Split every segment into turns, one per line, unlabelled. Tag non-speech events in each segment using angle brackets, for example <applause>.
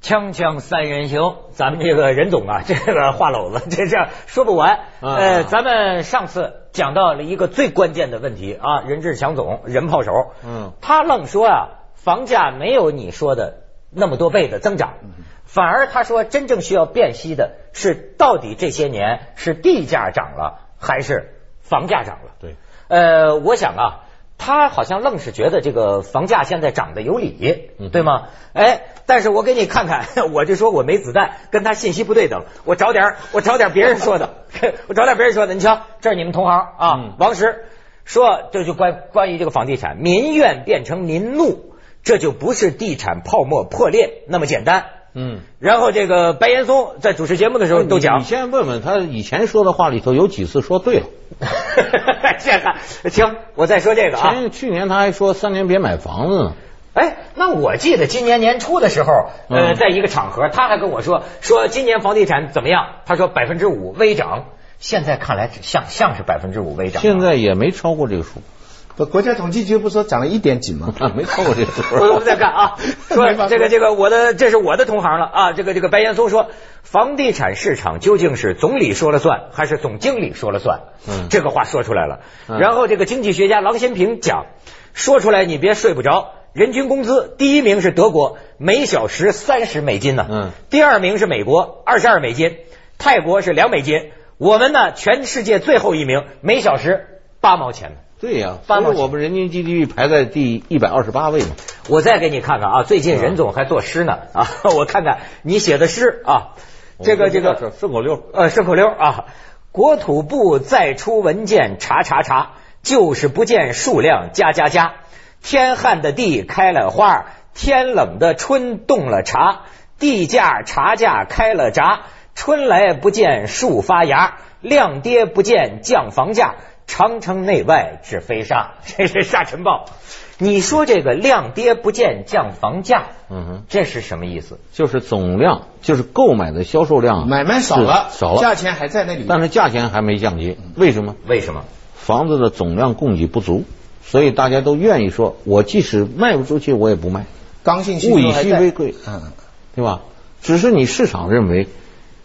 锵锵三人行，
咱们这个任总啊，这个话篓子 <laughs> 这这说不完。
啊
呃，咱们上次讲到了一个最关键的问题啊，任志强总人炮手，
嗯，
他愣说啊，房价没有你说的那么多倍的增长，反而他说真正需要辨析的是到底这些年是地价涨了还是房价涨了。
对，
呃，我想啊，他好像愣是觉得这个房价现在涨得有理，
嗯
对吗？哎，但是我给你看看， <laughs> 我就说我没子弹，跟他信息不对等，我找点儿我找点别人说的， <laughs> 我找点别人说的。你瞧，这是你们同行啊，
嗯
王石说，这就关关于这个房地产，民怨变成民怒，这就不是地产泡沫破裂那么简单。
嗯，
然后这个白岩松在主持节目的时候都讲 <laughs>
你，先问问他以前说的话里头有几次说对了？
这个行，我再说这个啊。
前去年他还说三年别买房子呢。
哎，那我记得今年年初的时候，呃，
嗯
在一个场合，他还跟我说说今年房地产怎么样？他说百分之五微涨，现在看来只像像是百分之五微涨。
现在也没超过这个数，
不，国家统计局不说涨了一点几吗？
<laughs> 没超过这
<laughs>
个数。
<laughs> 我我们再看
<laughs>
啊，说
没法说
这个这个我的这是我的同行了啊，这个这个白岩松说，房地产市场究竟是总理说了算还是总经理说了算？
嗯
这个话说出来了。
嗯
然后这个经济学家郎咸平讲，说出来你别睡不着。人均工资第一名是德国，每小时三十美金呢、
嗯
第二名是美国，二十二美金；泰国是两美金。我们呢，全世界最后一名，每小时八毛钱呢。
对呀、
八
所
毛
以
钱
我们人均 GDP 排在第一百二十八位嘛。
我再给你看看啊，最近任总还作诗呢啊， <laughs> 我看看你写的诗啊，这个这个
顺口溜，
呃顺口溜啊，国土部再出文件查查查，就是不见数量加加加，天旱的地开了花，天冷的春冻了茶，地价茶价开了闸，春来不见树发芽，量跌不见降房价，长城内外只飞沙， <laughs> 这是沙尘暴。你说这个量跌不见降房价，
嗯哼，
这是什么意思？
就是总量，就是购买的销售量啊，
买卖少了，
是少了，
价钱嗯还在那里。
但是价钱还没降低，为什么？
为什么？
房子的总量供给不足，所以大家都愿意说，我即使卖不出去，我也不卖，
刚性需
物以
求还
稀
在。
为贵，
嗯，
对吧？只是你市场认为，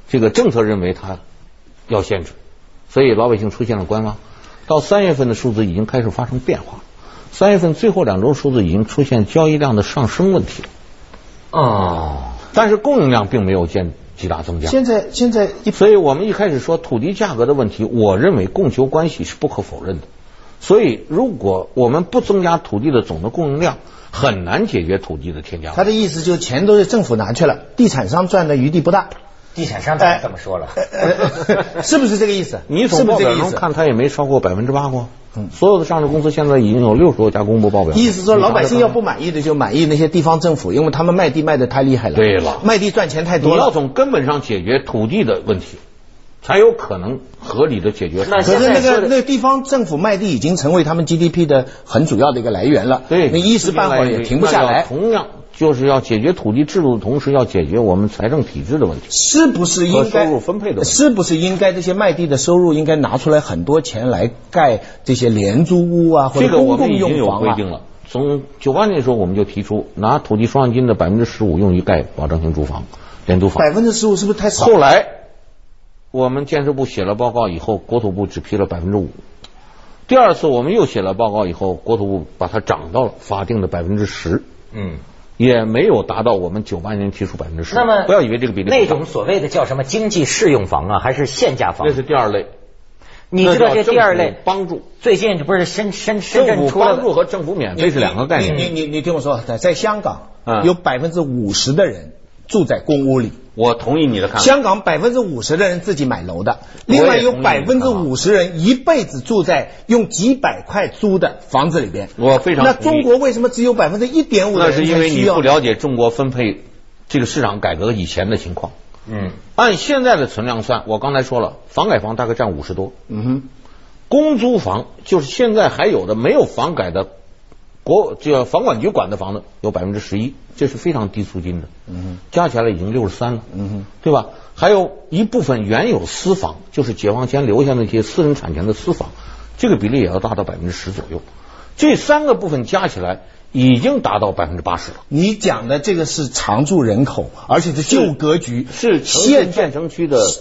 这个政策认为它要限制，所以老百姓出现了观望。到三月份的数字已经开始发生变化，三月份最后两周数字已经出现交易量的上升问题了，
哦，
但是供应量并没有见极大增加。
现在现在一
所以我们一开始说土地价格的问题，我认为供求关系是不可否认的。所以，如果我们不增加土地的总的供应量，很难解决土地的天价问题。
他的意思就是钱都是政府拿去了，地产商赚的余地不大。
地产商怎么这么说了？
哎呃
<laughs>
是不是这个意思？
你
是
从
不
报
是这
表
个意
上
思？
看，它也没超过百分之八过。
嗯
所有的上市公司现在已经有六十多家公布报表。
意思说，
你查
老百姓
查
要
看
不满意的就满意那些地方政府，因为他们卖地卖的太厉害了。
对了
卖地赚钱太
你
多
要
了。
从根本上解决土地的问题，才有可能合理的解决。
那
可是那
现在说
个
的
那个地方政府卖地已经成为他们 GDP 的很主要的一个来源了。
对，
你一时半会儿也停不下
那要
来。
同样就是要解决土地制度的同时，要解决我们财政体制的问题。
是不是应
和
该
收入分配的问题
是不是应该这些卖地的收入应该拿出来很多钱来盖这些廉租屋啊，或
这
者
个我
公
们
共
已经
用
有
房
规
啊？
定了。从九八年的时候，我们就提出拿土地出让金的百分之十五用于盖保障性住房、廉租房。
百分之十五是不是太少？
后来，我们建设部写了报告以后，国土部只批了百分之五。第二次我们又写了报告以后，国土部把它涨到了法定的百分之十，
嗯，
也没有达到我们九八年提出百分之十。
那么
不要以为这个比例
那种所谓的叫什么经济适用房啊，还是限价房
那？是第二类，
你知道这第二
那
类
叫政府帮助，
最近这不是深深深
政
圳
府
出了
帮助
个
和政府免费是两个概
你
念。
你你你听我说，啊在在香港，
嗯
有百分之五十的人住在公屋里，
我同意你的看法。
香港百分之五十的人自己买楼的，
嗯我也
另外有
同意啊
百分之五十人一辈子住在用几百块租的房子里边。
我非常
那
同意
中国为什么只有百分之一点五的
那是
人
因
才
为你
需要
不？了解中国分配这个市场改革以前的情况。
嗯
按现在的存量算，我刚才说了，房改房大概占五十多，
嗯哼。
公租房就是现在还有的没有房改的国这个房管局管的房子有百分之十一，这是非常低租金的，
嗯
加起来已经六十三了，
嗯哼
对吧？还有一部分原有私房，就是解放前留下那些私人产权的私房，这个比例也要大到百分之十左右。这三个部分加起来，已经达到百分之八十了。
你讲的这个是常住人口，而且是旧格局，
是城市
现在
建成区的这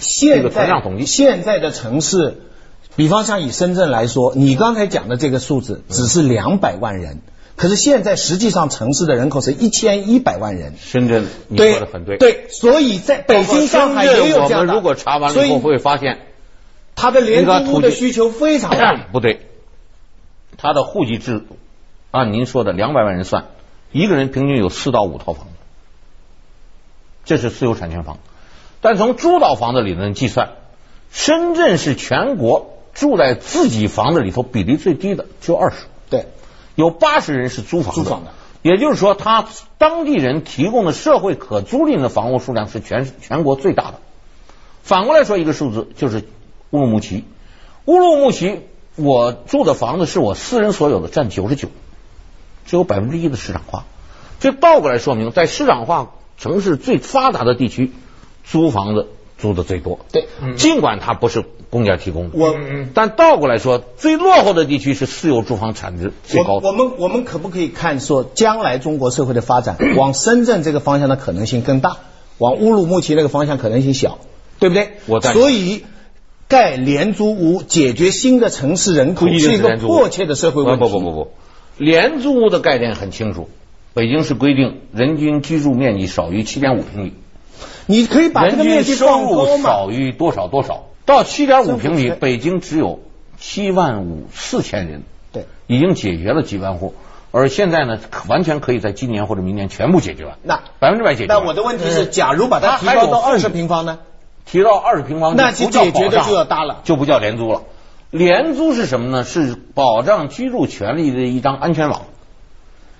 现
个存量
在
统计
现在的城市，比方像以深圳来说，你刚才讲的这个数字
嗯
只是两百万人，可是现在实际上城市的人口是一千一百万人。
深圳，你说的很对。，
对，所以在北京、上海也有这
我
样
们
的。
如果查完
所
了以后，
以
会发现
它的廉租屋
你看土
的
地嗯
需求非常大。
不对，他的户籍制度按您说的两百万人算，一个人平均有四到五套房，这是私有产权房。但从租到房的理论计算，深圳是全国住在自己房子里头比例最低的，只有二十。
对，
有八十人是租房的，
租房的
也就是说，他当地人提供的社会可租赁的房屋数量是全全国最大的。反过来说一个数字，就是乌鲁木齐。乌鲁木齐我住的房子是我私人所有的，占九十九，只有百分之一的市场化。这倒过来说明，在市场化城市最发达的地区，租房子租的最多。
对
尽管它不是公家提供的，
我
但倒过来说，最落后的地区是私有住房产值最高
我
的。
我们我们可不可以看说，将来中国社会的
<coughs>
发展往深圳这个方向的可能性更大，往乌鲁木齐那个方向可能性小，对不对？
我赞成
所以。盖廉租屋解决新的城市人口
不一定
是一个
廉租屋
迫切的社会问题。
不不不不不，廉租屋的概念很清楚，北京市规定人均居住面积少于七点五平米，
你可以把这
人
个面
均
积
收
放多
入
嘛？
少于多少多少，到七点五
真不
平米，
缺
北京只有七万五四千人，
对，
已经解决了几万户，而现在呢，可完全可以在今年或者明年全部解决完，
那
百分之百解决
那
完。
我的问题是，假如把它
那
提
还有
高到二
富
十
裕
平方呢？
提到二十平方，
那
就
就
不叫保
解决的
障
就要搭了。
就不叫廉租了。廉租是什么呢？是保障居住权利的一张安全网。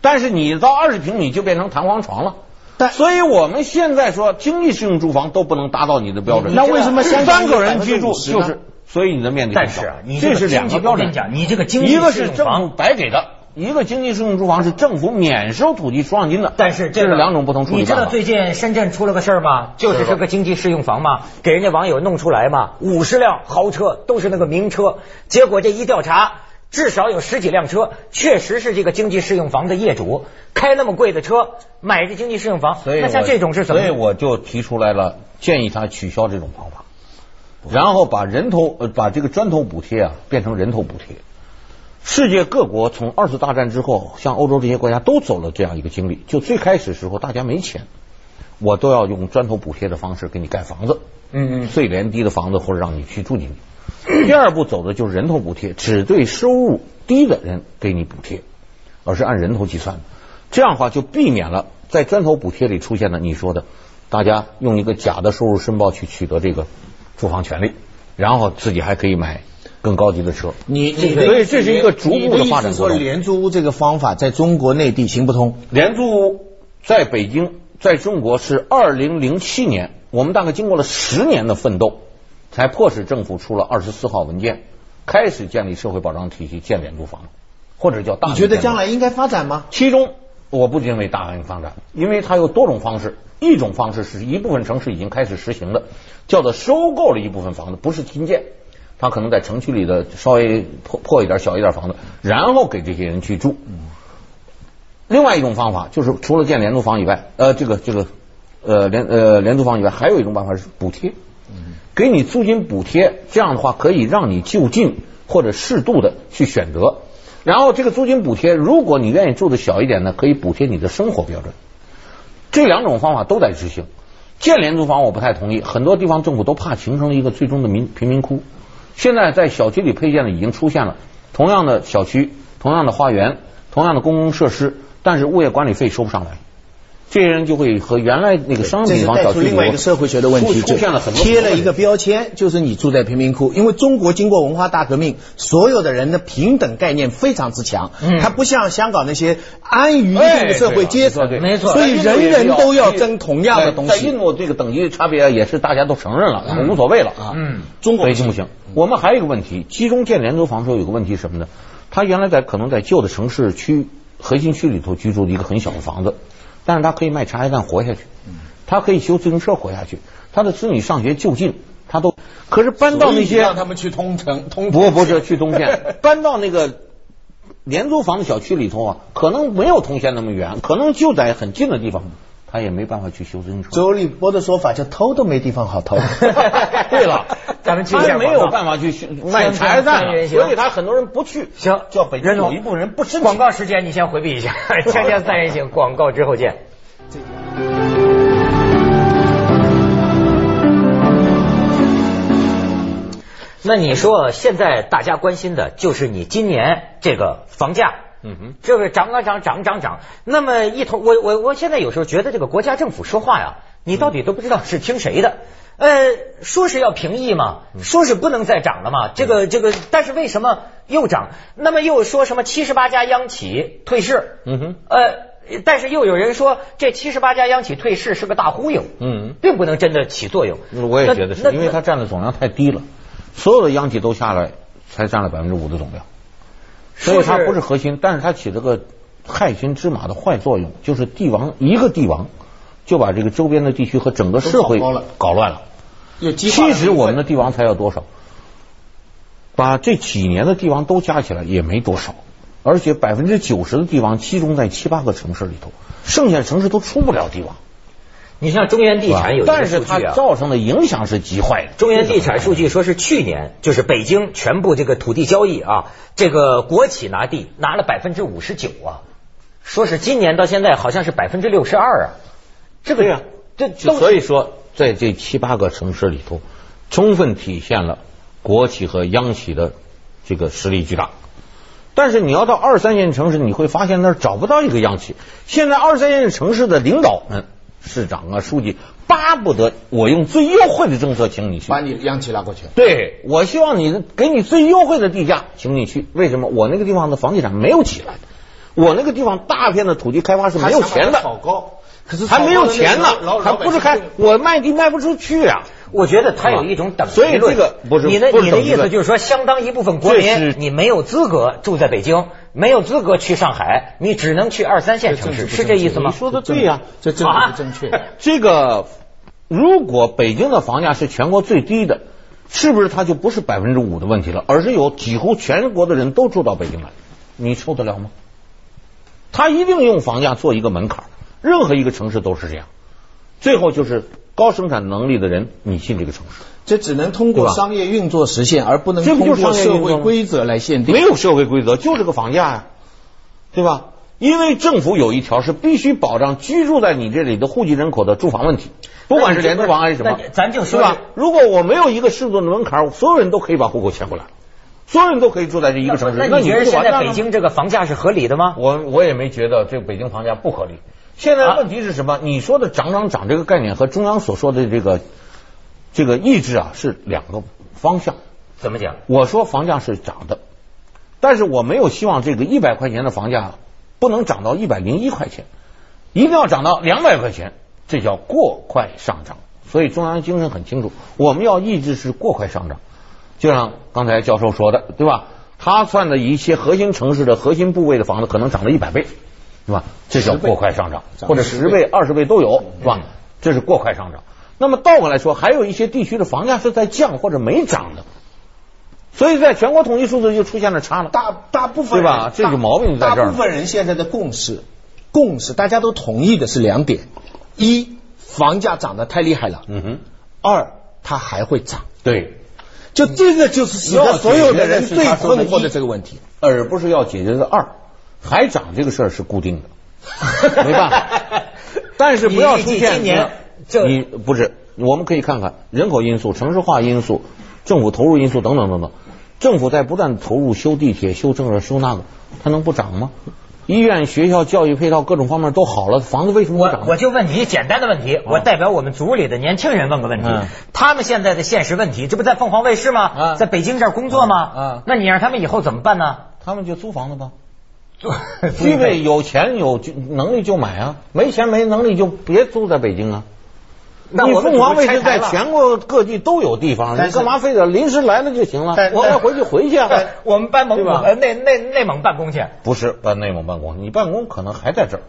但是你到二十平米就变成弹簧床了。
但
所以我们现在说经济适用住房都不能达到你的标准。
那为什么香港
三个人居住
50%
就
呢
是？所以你的面积
但
更
是
小
啊你这
这
个
是两
经济
个标
我跟
准
你。讲你这个经济
一
适
个是
用
政府
房
白给的，一个经济适用住房是政府免收土地出让金的。
但是这
这
个
是两种不同处理
你知
办法。
道最近深圳出了个事儿吗？就是这个经济适用房嘛，给人家网友弄出来嘛，五十辆豪车都是那个名车，结果这一调查。至少有十几辆车，确实是这个经济适用房的业主开那么贵的车买这经济适用房，
所以
那像
我
这种是怎么？
所以我就提出来了，建议他取消这种方法，然后把人头呃把这个砖头补贴啊变成人头补贴。世界各国从二次大战之后，像欧洲这些国家都走了这样一个经历。就最开始时候，大家没钱，我都要用砖头补贴的方式给你盖房子，
嗯嗯，
最廉低的房子或者让你去住进去。第二步走的就是人头补贴，只对收入低的人给你补贴，而是按人头计算的。这样的话就避免了在砖头补贴里出现的你说的，大家用一个假的收入申报去取得这个住房权利，然后自己还可以买更高级的车。
你
这
你
个
的
所以这是一个逐步的
你的意思
发展过
说
程
廉租屋这个方法在中国内地行不通，
廉租屋在北京，在中国是二零零七年，我们大概经过了十年的奋斗，才迫使政府出了二十四号文件，开始建立社会保障体系，建廉租房，或者叫大。
你觉得将来？应该发展吗？
其中，我不认为大量发展，因为它有多种方式。一种方式是一部分城市已经开始实行的，叫做收购了一部分房子，不是新建，它可能在城区里的稍微破破一点、小一点房子，然后给这些人去住。另外一种方法就是除了建廉租房以外，呃，这个这个呃廉呃廉租房以外，还有一种办法是补贴，给你租金补贴，这样的话可以让你就近或者适度的去选择。然后这个租金补贴，如果你愿意住的小一点呢，可以补贴你的生活标准。这两种方法都在执行。建廉租房我不太同意，很多地方政府都怕形成一个最终的民贫民窟。现在在小区里配建的已经出现了同样的小区、同样的花园、同样的公共设施，但是物业管理费收不上来，这些人就会和原来那个商
这
品
是
房
带
小
出
区里
另外一个社会学的问题，
出出现了很多
贴了一个标签，就是你住在贫民窟。因为中国经过文化大革命，所有的人的平等概念非常之强，
嗯
它不像香港那些安于一定的社会阶层，
哎
没错
所以人人都要争同样的东
在印
西。
度这个等级差别也是大家都承认了，无所谓了啊。
嗯，
中国北京不行。我们还有一个问题，集中建廉租房时候有个问题是什么呢？它原来在可能在旧的城市区核心区里头居住的一个很小的房子，但是它可以卖茶叶蛋活下去，
嗯
它可以修自行车活下去，他的子女上学就近，他都可是搬到那些 <laughs>
们去通城通
不不是去东线，搬到那个廉租房的小区里头啊，可能没有通县那么远，可能就在很近的地方，他也没办法去修自行车。
周立波的说法叫偷都没地方好偷。
<laughs> 对 <laughs> 了，
咱们去一下
他没有
广告
办法去修卖茶叶蛋
三人
了，
行
所以他很多人不去。
行，
叫北京
任总
有一部分人不申请
广告时间，你先回避一
<laughs>
下。 <laughs> 锵锵三人行，广告之后见。那你说现在大家关心的就是你今年这个房价，
嗯哼，
这个涨啊涨涨涨涨。那么一头，我我我现在有时候觉得这个国家政府说话呀，你到底都不知道是听谁的。呃，说是要平抑嘛，
嗯
说是不能再涨了嘛，这个这个，但是为什么又涨？那么又说什么七十八家央企退市？
嗯哼，
呃，但是又有人说这七十八家央企退市是个大忽悠，
嗯
并不能真的起作用。
我也觉得
那
是，因为它占的总量太低了，所有的央企都下来才占了百分之五的总量，所以它不是核心，但是它起了个害群之马的坏作用，就是帝王一个帝王就把这个周边的地区和整个社会
都搞乱了
搞乱了。
有激化
其实我们的帝王才要多少？把这几年的帝王都加起来也没多少，而且百分之九十的帝王集中在七八个城市里头，剩下的城市都出不了帝王。
你像中原地产有一个
但是
数
它
据啊，
造成的影响是极坏的。
中原地产数据说是去年，就是北京全部这个土地交易啊，这个国企拿地拿了百分之五十九啊，说是今年到现在好像是百分之六十二啊，这个
对呀
这
就
都
所以说，在这七八个城市里头，充分体现了国企和央企的这个实力巨大。但是你要到二三线城市，你会发现那儿找不到一个央企。现在二三线城市的领导们、市长啊、书记，巴不得我用最优惠的政策请你去
把，你央企拉过去。
对我希望你给你最优惠的地价，请你去。为什么？我那个地方的房地产没有起来，我那个地方大片的土地开发是没有钱的，
炒高，可是
还没有钱呢
炒高的那个老，
还不是开，我卖地卖不出去啊。
我觉得它有一种等级
所以
论
这个不是
你的
不是
你的
等级
意
论
思就是说，相当一部分国
这是
民你没有资格住在北京，没有资格去上海，你只能去二三线城市，
这
是
这
这意思吗
你？说的对呀、
这政治不正确。
啊
<laughs> 这个如果北京的房价是全国最低的，是不是它就不是百分之五的问题了，而是有几乎全国的人都住到北京来，你受得了吗？他一定用房价做一个门槛儿，任何一个城市都是这样。最后就是高生产能力的人，你进这个城市。
这只能通
对
过
吧
商业运作实现，而不能
这不
通
就是
过
商业运
社
作吗
会规则来限定。
没有社会规则，就这个房价呀、对吧？因为政府有一条是必须保障居住在你这里的户籍人口的住房问题，不管是廉租房还是什么
那，咱就说
对吧？如果我没有一个适度的门槛，所有人都可以把户口迁过来，所有人都可以住在这一个城市。
那你觉得
不就
现
完
在
蛋了
北
吗
京这个房价是合理的吗？
我我也没觉得这个北京房价不合理。现在
啊
问题是什么？你说的涨涨涨这个概念和中央所说的这个这个意志啊是两个方向。
怎么讲？
我说房价是涨的，但是我没有希望这个一百块钱的房价不能涨到一百零一块钱，一定要涨到两百块钱，这叫过快上涨。所以中央精神很清楚，我们要抑制是过快上涨。就像刚才教授说的，对吧？他算的一些核心城市的核心部位的房子可能涨了一百倍，对吧？这叫过快上涨，
涨
或者
10
十倍、
倍
二十倍都有，是吧？这是过快上涨。那么倒过来说，还有一些地区的房价是在降或者没涨的，所以在全国统计数字就出现了差了。
大大部分
对吧
人
这个毛病就在
大
这儿
大部分人现在的共识，共识大家都同意的是两点：一，房价涨得太厉害了；
嗯哼，
二，它还会涨。
对，
就这个就是使得所有的人最困惑的这个问题。
而不是要解决的二，还涨这个事儿是固定
<laughs>
的，没办 <laughs> 法。但是不要出
你预计
现
今年就
你不是，我们可以看看人口因素、城市化因素、政府投入因素等等等等。政府在不断地投入修地铁、修这个、修那个，它能不涨吗？医院、学校、教育配套各种方面都好了，房子为什么不
我
涨呢？
我就问你简单的问题，我代表我们组里的年轻人问个问题
啊嗯，
他们现在的现实问题，这不在凤凰卫视吗？
嗯
在北京这儿工作
嗯
吗
嗯？
那你让他们以后怎么办呢？
他们就租房子吧。
租
具备有钱有能力就买啊，没钱没能力就别租在北京啊。
那
你
我们
凤凰卫视
组织拆台
在
了
全国各地都有地方，
但
你
是
干嘛非得临时来了就行了？
但
我要回去回去啊。
我们搬蒙古
对吧
呃内内内蒙办
<laughs>
公去。
不是办内蒙办公，你办公可能还在这儿，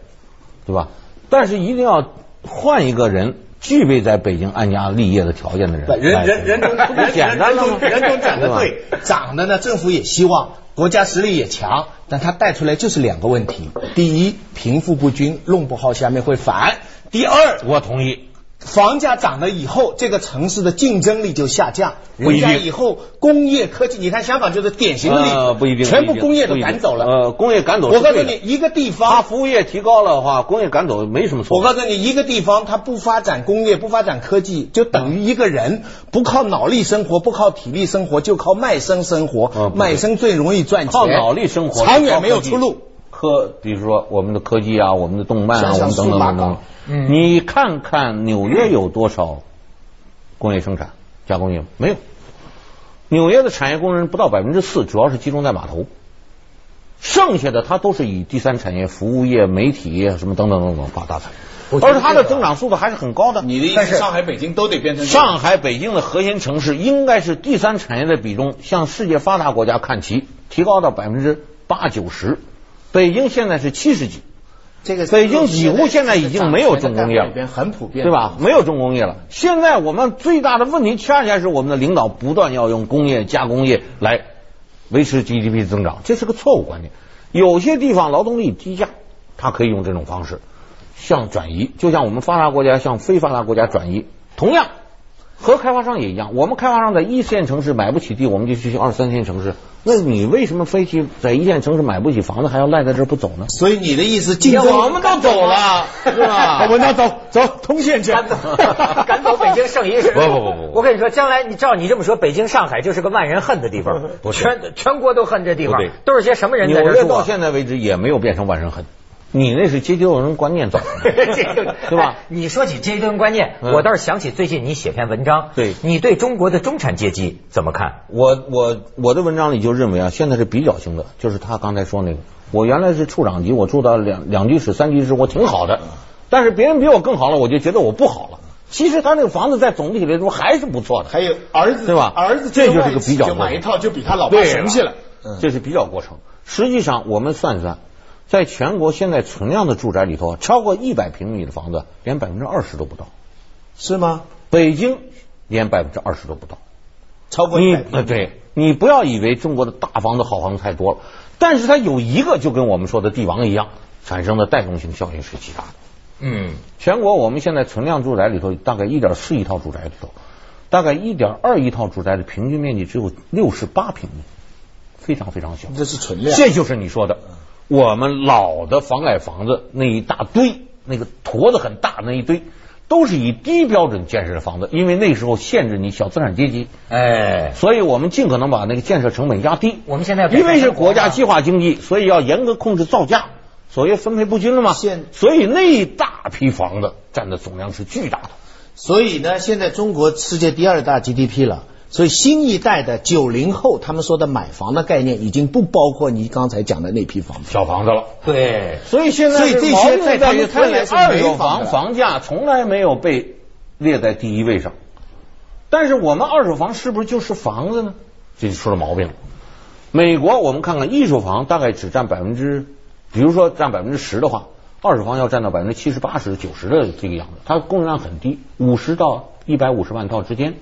对吧？但是一定要换一个人，具备在北京安家立业的条件的人来。
人人人中
不就简单了吗？
人中人中讲的
吧
对，涨的呢，政府也希望国家实力也强，但它带出来就是两个问题：第一，贫富不均，弄不好下面会反；第二，
我同意。
房价涨了以后，这个城市的竞争力就下降。
不一
人
定
家以后工业科技，你看香港就是典型的例子，
呃，不一定，
全部
不一定
工业
不
都
一定
赶走了。
呃，工业赶走是
我告诉
对的
你，，一个地
它
方，
服务业提高了的话，工业赶走没什么错。
我告诉你，一个地方它不发展工业，不发展科技，就等于一个人不靠脑力生活，不靠体力生活，就靠卖身生活。
嗯不对
卖身最容易赚钱，
靠脑力生活，
长远没有出路。。
科，比如说我们的科技啊，我们的动漫啊，我
像
们等
像
等
速八
等等
杠。
嗯
你看看纽约有多少工业生产加工业吗没有？纽约的产业工人不到百分之四，主要是集中在码头，剩下的它都是以第三产业、服务业、媒体业什么等等等等发大财，
我觉得
而且它
这
的
个
增长速度还是很高的。
你的意
但
思，
是
上海、北京都得变成这样
上海、北京的核心城市应该是第三产业的比重向世界发达国家看齐，提高到百分之八九十。北京现在是七十几，
这个
北京几乎现在已经没有重工业了
里边很普遍，
对吧？？没有重工业了。现在我们最大的问题恰恰是我们的领导不断要用工业、加工业来维持 GDP 增长，这是个错误观点。有些地方劳动力低价，它可以用这种方式向转移，就像我们发达国家向非发达国家转移，同样。和开发商也一样，我们开发商在一线城市买不起地，我们就去二三线城市。那你为什么非去在一线城市买不起房子，还要赖在这儿不走呢？
所以你的意思，竞争
我们都走了
<laughs>
是吧
文章走走通县去，
啊
<laughs>
赶走赶走北京剩一市。
不不不不不
我跟你说，将来你照你这么说，北京、上海就是个万人恨的地方，
不是
全全国都恨这地方
不对，
都是些什么人在
纽
这
约
住
到
啊？
现在为止也没有变成万人恨，你那是阶级斗争观念造成
<laughs>
的，
这个
<laughs> 对
哎
吧？
你说起阶层观念，
嗯
我倒是想起最近你写篇文章，
对
你对中国的中产阶级怎么看？
我我我的文章里就认为啊，现在是比较性的，就是他刚才说那个，我原来是处长级，我住到两两居室、三居室，我挺好
嗯
的，但是别人比我更好了，我就觉得我不好了。其实他那个房子在总体来说还是不错的，
还有儿子
对吧
儿子
这就是
外
个
企
比较
就
问
买
题啊
一套就比他老爸神气了。
嗯
这是比较过程。实际上，我们算算，在全国现在存量的住宅里头，啊超过一百平米的房子连百分之二十都不到，
是吗？
北京连百分之二十都不到。
超过
你
100
呃，对你不要以为中国的大房子、好房子太多了，但是它有一个就跟我们说的帝王一样，产生的带动性效应是极大的。
嗯，
全国我们现在存量住宅里头，大概一点四亿套住宅里头，大概一点二亿套住宅的平均面积只有六十八平米，非常非常小。
这是存量。
这就是你说的，我们老的房改房子那一大堆，那个坨子很大那一堆，都是以低标准建设的房子，因为那时候限制你小资产阶级。
哎，
所以我们尽可能把那个建设成本压低。
我们现在啊要改
因为是国家
善生哦
计划经济，所以要严格控制造价，所谓分配不均了嘛
现。
所以那一大批房子占的总量是巨大的。
所以呢，现在中国世界第二大 GDP 了。所以新一代的九零后，他们说的买房的概念，已经不包括你刚才讲的那批房子。
小房子了，
对，
所以现在
所以这些
毛病
在他
在于
们
它
看来
的
是
二
没
手
房
房
的
房价从来没有被列在第一位上，但是我们二手房是不是就是房子呢？这就出了毛病了。美国我们看看一手房大概只占百分之，比如说占百分之十的话，二手房要占到百分之七十、八十、九十的这个样子，它供应量很低，五十到一百五十万套之间，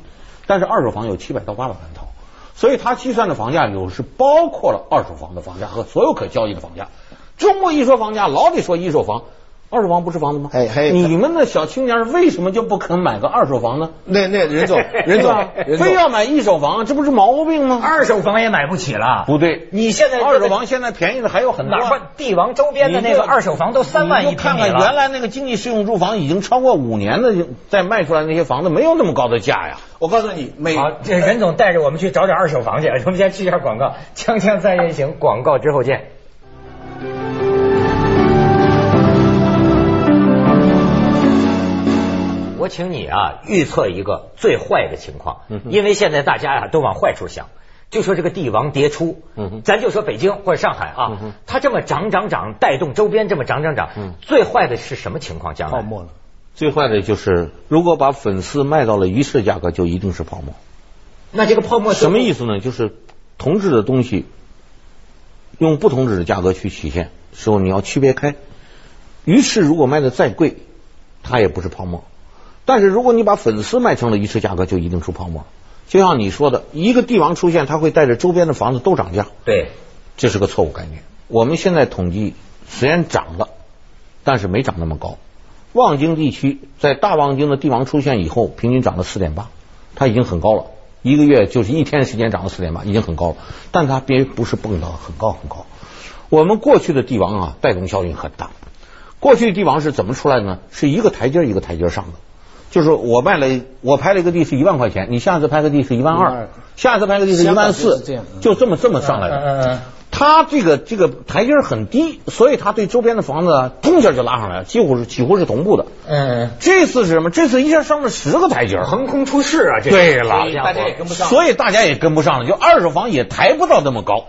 但是二手房有七百到八百万套，所以它计算的房价有是包括了二手房的房价和所有可交易的房价。中国一说房价，老得说一手房，二手房不是房子吗？
哎嘿
你们的小青年为什么就不肯买个二手房呢？
那那任 <laughs> 总，任
对
总
吧，
任总
非，要买一手房，这不是毛病吗？
二手房也买不起了。
嗯不对，
你现在
二手房现在便宜的还有很多
哪
啊。
怕帝王周边的那个二手房都三万
你
一
就
平
看
米
看
了。
原来那个经济适用住房已经超过五年的，再卖出来那些房子没有那么高的价呀。
我告诉你，美
好，这任总带着我们去找找二手房去。我们先去一下广告，《锵锵三人行》广告之后见。我请你啊，预测一个最坏的情况，因为现在大家啊呀、都往坏处想，就说这个帝王迭出
嗯，哼
咱就说北京或者上海
嗯
啊
哼，
它这么涨涨涨，带动周边这么涨涨涨
嗯，
最坏的是什么情况？将来
泡沫了。
最坏的就是，如果把粉丝卖到了一市价格，就一定是泡沫。
那这个泡沫
什么
思？
意思呢？就是同质的东西用不同质的价格去体现，时候你要区别开。鱼翅如果卖的再贵，它也不是泡沫。但是如果你把粉丝卖成了鱼翅价格，就一定出泡沫。就像你说的，一个帝王出现，它会带着周边的房子都涨价。
对，
这是个错误概念。我们现在统计虽然涨了，但是没涨那么高。望京地区在大望京的地王出现以后，平均涨了四点八，它已经很高了。一个月就是一天时间涨了四点八，已经很高了。但它并不是蹦到很高很高。我们过去的帝王啊，带动效应很大。过去帝王是怎么出来的呢？是一个台阶儿一个台阶儿上的。就是我卖了，我拍了一个地是一万块钱，你下次拍个地是一万二，下次拍个地是一万
香港就
四
是这样，嗯
就这么这么上来的。
呃
他这个这个台阶儿很低，所以他对周边的房子啊，通一下就拉上来了，几乎是几乎是同步的。
呃
嗯，
这次是什么？这次一下上了十个台阶儿，
横空出世啊，这个
对了
这家
大
伙
家也跟不上。
所以大家也跟不上了，就二手房也抬不到那么高。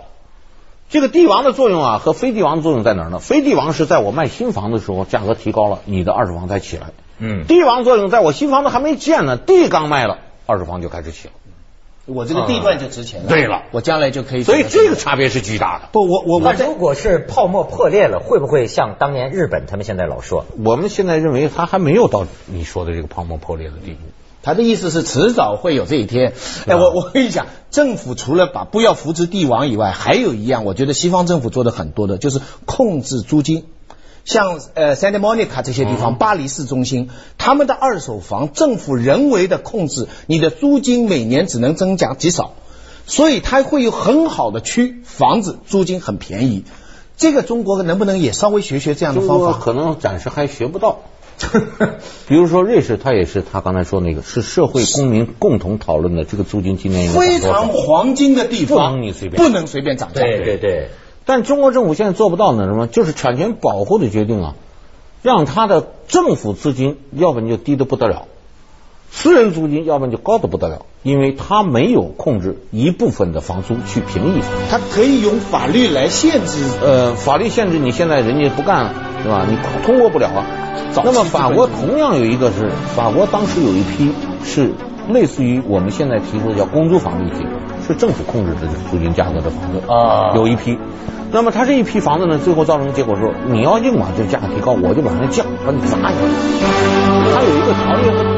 这个帝王的作用啊，和非帝王的作用在哪儿呢？非帝王是在我卖新房的时候，价格提高了，你的二手房才起来。
嗯，
帝王作用在我新房子还没建呢，地刚卖了，二手房就开始起了。
我这个地段就值钱了。
对了
我将来就可以。
所以这个差别是巨大的。
不，我我
那
我在
如果是泡沫破裂了，会不会像当年日本他们现在老说？
我们现在认为它还没有到你说的这个泡沫破裂的地步。
他的意思是迟早会有这一天。哎，我我跟你讲，政府除了把不要扶持帝王以外，还有一样，我觉得西方政府做的很多的就是控制租金。像呃 Santa Monica 这些地
嗯
方，巴黎市中心，他们的二手房政府人为的控制，你的租金每年只能增加极少，所以它会有很好的区房子，租金很便宜。这个中国能不能也稍微学学这样的
中
方
国
法？
可能暂时还学不
<laughs>
到。比如说瑞士，它也是他刚才说那个，是社会公民共同讨论的这个租金今年应该涨
非
多少
常黄金的地方，
不能你随便
不能随便涨价。
对对，
但中国政府现在做不到呢，什么就是产权保护的决定啊，让他的政府资金要不然就低的不得了，私人租金要不然就高的不得了，因为他没有控制一部分的房租去平抑。
他可以用法律来限制。
呃，法律限制你现在人家不干了，是吧？你通过不了啊。
早期
那么法国
资
同样有一个是，法国当时有一批是类似于我们现在提出的叫公租房地区，是政府控制的这个租金价格的房子
啊
有一批。那么它这一批房子呢，最后造成的结果是，你要硬把这价格提高，我就把它降，把你砸下来。它有一个条例。